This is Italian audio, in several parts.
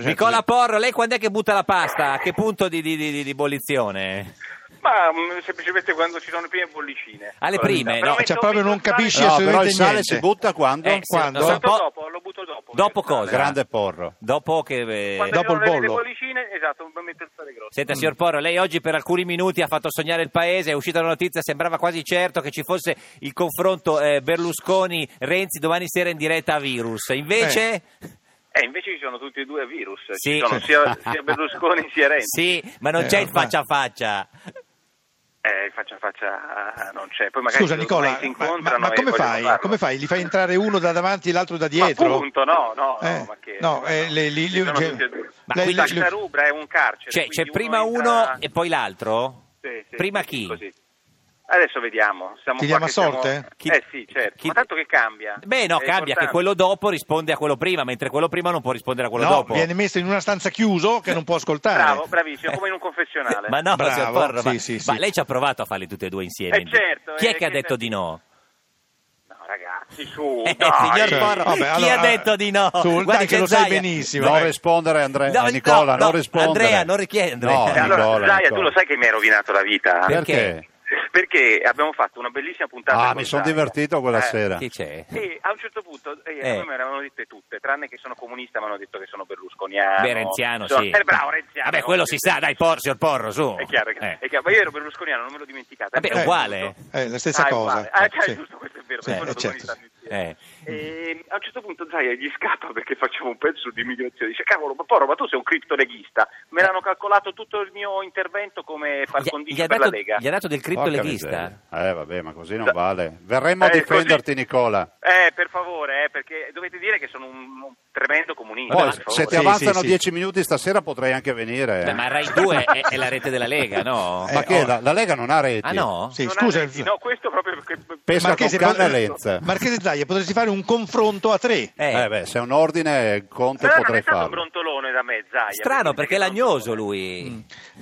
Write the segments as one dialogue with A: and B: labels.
A: Cioè,
B: Eh,
C: Nicola Porro, lei quando è che butta la pasta? A che punto di, di, di, di bollizione?
A: Ma mh, semplicemente quando ci sono le prime bollicine.
C: Alle
A: Allora,
C: Ah, prime,
A: però
C: no.
A: metto
B: Cioè, proprio
A: un
B: non
A: bicchiere di
B: capisci
A: sale-
B: No,
D: però il
B: assolutamente
D: sale
B: niente.
D: si butta quando?
C: Eh, sì,
D: Quando?
C: lo so.
A: Lo butto
C: Po-
A: dopo, lo butto dopo.
C: Dopo
A: perché-
C: cosa?
D: Grande porro.
C: Dopo che... eh,
A: Quando
B: Dopo
A: ci sono
B: il
A: le-
B: bollo.
A: Le bollicine, esatto, metto il sale grosso.
C: Senta, signor Porro, lei oggi per alcuni minuti ha fatto sognare il paese, è uscita la notizia, sembrava quasi certo che ci fosse il confronto eh, Berlusconi-Renzi domani sera in diretta a Virus. Invece...
A: Eh, invece ci sono tutti e due virus.
C: Sì.
A: Ci sono sia, sia Berlusconi sia Renzi.
C: Sì, ma non
B: Eh,
C: c'è il
B: vabbè.
C: faccia a faccia.
A: Eh, faccia a faccia non c'è. Poi magari
B: Scusa
A: se
B: Nicola,
A: domani si
B: ma,
A: incontrano
B: ma- ma
A: e
B: come,
A: vogliono
B: fai?
A: farlo.
B: come fai? Li fai entrare uno da davanti e l'altro da dietro?
A: Ma appunto, no, no, no,
B: Eh,
A: ma che...
B: no, eh, le- li-
A: Ci
B: li-
A: sono
B: cioè-
A: tutti e due.
B: Ma
A: Ma
B: quindi-
A: questa rubra è un carcere.
C: Cioè, c'è
A: quindi
C: prima
A: entra-
C: uno e poi l'altro?
A: Sì, sì,
C: prima
A: sì,
C: chi?
A: così. Adesso vediamo. Siamo
B: Ti
A: qua
B: diamo
A: che
B: a sorte?
A: siamo-
C: Chi-
A: Eh sì, certo.
C: chi-
A: Ma tanto che cambia.
C: Beh, no,
A: È
C: cambia che
A: importante.
C: quello dopo risponde a quello prima, mentre quello prima non può rispondere a quello
B: no,
C: dopo.
B: viene messo in una stanza chiuso che non può ascoltare.
A: Bravo, bravissimo, come in un confessionale.
C: Eh. Ma no,
B: Bravo,
C: signor Porro, ma,
B: sì, sì, sì.
C: ma lei ci ha provato a farli tutti e due insieme.
A: Eh, certo,
C: Chi è
A: eh,
C: che ha
A: che-
C: detto di no?
A: No, ragazzi, su,
C: Eh,
A: dai.
C: signor
B: Cioè,
D: Certo.
C: Porro,
B: vabbè,
C: chi
B: allora,
C: ha detto di no?
B: su,
C: Guardi
B: dai che lo sai
C: Zaia-
B: benissimo.
C: No,
D: Non
B: Vabbè.
D: rispondere Andrea,
C: No,
D: Nicola,
C: no,
D: non
C: no,
D: rispondere.
C: Andrea, non richiedere.
D: No,
C: Eh,
A: allora,
D: Nicola,
A: Zaia,
D: Nicola.
A: tu lo sai che mi hai rovinato la vita?
C: Perché?
D: Perché?
A: Perché abbiamo fatto una bellissima puntata.
D: Ah,
A: con
D: mi sono
A: Zaia.
D: divertito quella
A: Eh,
D: sera.
C: Chi c'è?
A: Sì, a un certo punto eh,
C: Eh.
A: a me me le avevano dette tutte, tranne che sono comunista, mi hanno detto che sono berlusconiano.
C: Beh, Renziano,
A: Sono-
C: sì.
A: Eh, bravo, Renziano.
C: Vabbè, quello si sa, dai, por, signor Porro, su.
A: È chiaro,
C: Eh.
A: è chiaro. Ma io ero berlusconiano, non me l'ho dimenticato.
C: Vabbè, è
A: Eh,
C: uguale.
A: giusto.
B: Eh, la stessa
A: Ah, è
B: cosa.
A: uguale. Ah,
B: Eh,
A: cioè,
B: sì.
A: giusto, questo è vero.
B: Sì,
A: perché quello
B: eh, certo,
A: comunista
B: sì.
A: mi-
C: Eh.
A: E a un certo punto Zaia gli scappa perché facevo un pezzo di immigrazione. Dice, cavolo, ma Porro, ma tu sei un criptoleghista. Me l'hanno calcolato tutto il mio intervento come far
C: Gli, gli
A: condicio
C: ha
A: per
C: dato,
A: la Lega.
C: gli ha dato del
D: Porca
C: criptoleghista?
D: miseria. Eh, vabbè, ma così non
A: Da-
D: vale. Verremmo a
A: Eh,
D: difenderti,
A: così-
D: Nicola.
A: Eh, per favore, eh, perché dovete dire che sono un, un tremendo comunista.
D: Poi,
C: ma-
A: per
D: se
A: favore.
D: ti
B: Sì,
D: avanzano
B: sì, sì.
D: 10 minuti stasera potrei anche venire. eh.
C: Beh, ma Rai 2 è, è la rete della Lega, no?
D: Ma
B: Eh,
D: che?
B: oh.
D: La, la Lega non ha reti.
C: Ah no?
B: Sì,
A: Non
B: scusa,
A: ha reti, no, questo proprio perché...
D: Pesca
B: Marchese,
D: con canna
B: pot-
D: e lenza.
B: Marchese Zaia, potresti fare un confronto a tre.
C: Eh,
D: Eh, beh, se è un ordine, Conte
A: Però non è
D: potrei
A: stato un
D: farlo.
A: brontolone da me, Zaia.
C: strano perché è lagnoso lui.
B: Mm.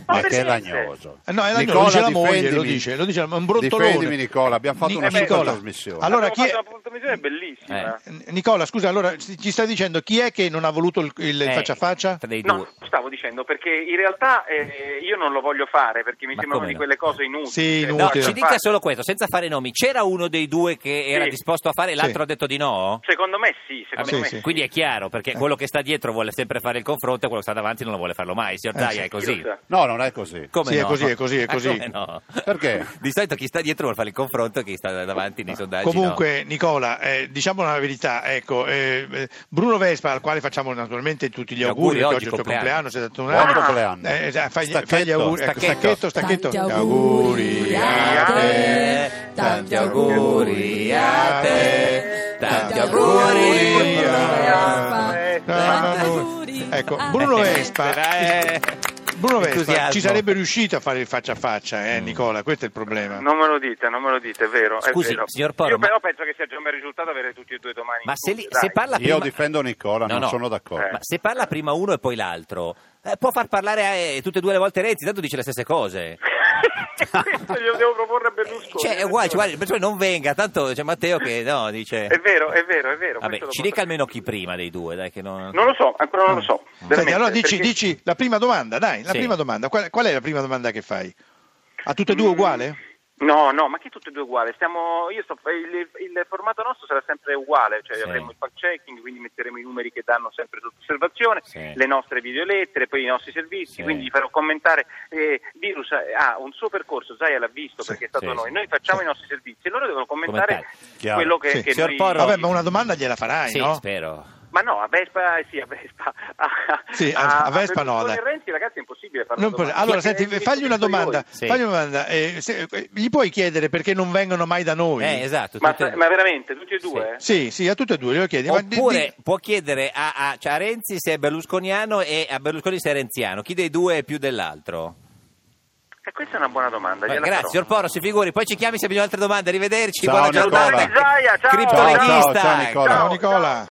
A: Ma
D: Ma che
A: perché?
D: lagnoso.
B: Eh, No, è la-
D: Nicola,
B: lo dice la moglie,
D: difendimi.
B: lo dice, lo dice, è un brontolone.
D: Difendimi, Nicola, abbiamo fatto
B: Ni-
D: una
B: eh, beh,
D: super
B: Nicola.
D: trasmissione.
A: Allora,
B: Allora, chi è,
A: fatto una puntata bellissima.
B: Eh, Nicola, scusa, allora ci ci stai dicendo chi è che non ha voluto il, il
C: Eh,
B: faccia a faccia?
C: Tra i due.
A: No, stavo dicendo perché in realtà eh, io non lo voglio fare perché mi
C: Ma
A: sembrano
C: come
A: di
C: no?
A: quelle cose inutili.
B: Sì,
A: Cioè,
B: inutili.
C: No,
A: guarda,
C: ci dica
A: fa-
C: solo questo, senza fare nomi. C'era uno dei due che era
A: Sì.
C: disposto a fare e l'altro
B: Sì.
C: ha detto di no?
A: Secondo me sì, secondo
B: Vabbè,
A: me
B: sì, Eh. sì.
C: Quindi è chiaro, perché quello che sta dietro vuole sempre fare il confronto e quello che sta davanti non lo vuole farlo mai. Signor
B: Eh,
C: Zaia,
B: sì.
C: è così.
A: Io cioè, lo so.
D: No, non è così.
C: Come
B: Sì, è
C: no?
B: così, è così, è
C: Ah,
B: così.
C: come no?
D: Perché?
C: Di solito chi sta dietro vuole fare il confronto e chi sta davanti nei sondaggi no.
B: Comunque, Nicola, eh, diciamo la verità, ecco, eh, eh, Bruno Vespa, al quale facciamo naturalmente tutti gli
C: Gli
B: auguri,
C: auguri,
B: perché
C: oggi
B: oggi è il suo
C: compleanno.
B: compleanno, sei stato un
D: Buon
B: anno.
D: compleanno.
B: Eh, esatto, fagli,
D: Stacchetto,
B: fagli auguri, ecco,
C: stacchetto.
B: stacchetto, stacchetto.
E: Tanti auguri a te,
C: tanti auguri a te, tanti auguri
B: a
E: te.
B: Tanti
E: auguri.
B: Ecco, Bruno Vespa,
C: Eh,
B: Bruno Vespa
C: entusiasmo. Mm.
B: ci sarebbe riuscito a fare il faccia a faccia, eh, Nicola, questo è il problema.
A: Non me lo dite, non me lo dite, è vero. è
C: Scusi,
A: vero.
C: signor Porro,
A: Io
C: ma-
A: però penso che sia già un bel risultato avere tutti e due domani.
C: Ma
A: in
C: se, li-
A: studio,
C: se
A: dai.
C: parla prima...
D: Io difendo Nicola,
C: No,
D: non
C: no. Eh,
D: sono d'accordo.
C: Ma se parla prima uno e poi l'altro, eh, può far parlare eh, tutte e due le volte Renzi, tanto dice le stesse cose.
A: Questo glielo devo proporre a Berlusconi. eh,
C: Cioè, è uguale, cioè, guarda, Berlusconi non venga, tanto c'è Matteo che no, dice...
A: È vero, è vero, è vero.
C: Vabbè,
A: questo lo
C: ci
A: posso-
C: dica almeno chi prima dei due, dai che non...
A: Non lo so, ancora non lo so.
B: Senti,
A: veramente,
B: allora dici,
A: perché-
B: dici la prima domanda, dai, la
C: Sì.
B: prima domanda. Qual, qual è la prima domanda che fai? A tutte e due uguale?
A: No, no, ma che tutte e due uguali? Stiamo, io sto, il, il formato nostro sarà sempre uguale, cioè
C: Sì.
A: avremo il fact checking, quindi metteremo i numeri che danno sempre sotto osservazione,
C: Sì.
A: le nostre videolettere, poi i nostri
C: Sì.
A: servizi, quindi gli farò commentare. eh, Virus ha ha un suo percorso, Zaia l'ha visto perché è stato
C: Sì,
A: noi,
C: sì.
A: noi facciamo i nostri servizi e loro devono commentare
C: Commentare.
D: Chiaro.
A: quello che,
B: Sì.
A: che
C: Signor
A: noi...
C: Porro-
B: Vabbè, ma una domanda gliela farai,
C: sì,
B: no?
C: spero.
A: Ma no, a Vespa, eh sì, a Vespa. A,
B: Sì, a- a Vespa no, dai.
A: Berlusconi e Renzi, ragazzi, è impossibile farlo.
B: Non può- allora,
A: Cioè,
B: senti,
A: eh,
B: fagli una domanda.
C: Sì.
B: Fagli una domanda. eh, se- eh, gli puoi chiedere perché non vengono mai da noi?
C: Eh, esatto.
A: Ma,
C: tutte-
A: ma veramente, tutti e due? eh?
B: Sì, sì, a tutte e due glielo chiedi. ma di-
C: Oppure
B: di-
C: può chiedere a, a- cioè a Renzi se è berlusconiano e a Berlusconi se è renziano. Chi dei due è più dell'altro?
A: E questa è una buona domanda.
C: Beh,
A: gliela
C: grazie,
A: farò.
C: signor Porro, si figuri. Poi ci chiami se abbiamo altre domande. Arrivederci,
D: Ciao,
C: buona
D: Nicola.
C: giornata.
A: Ciao, Zaia, ciao,
C: Criptoleghista.
D: ciao, ciao, Nicola.
B: Ciao,
A: Ciao,
B: Nicola.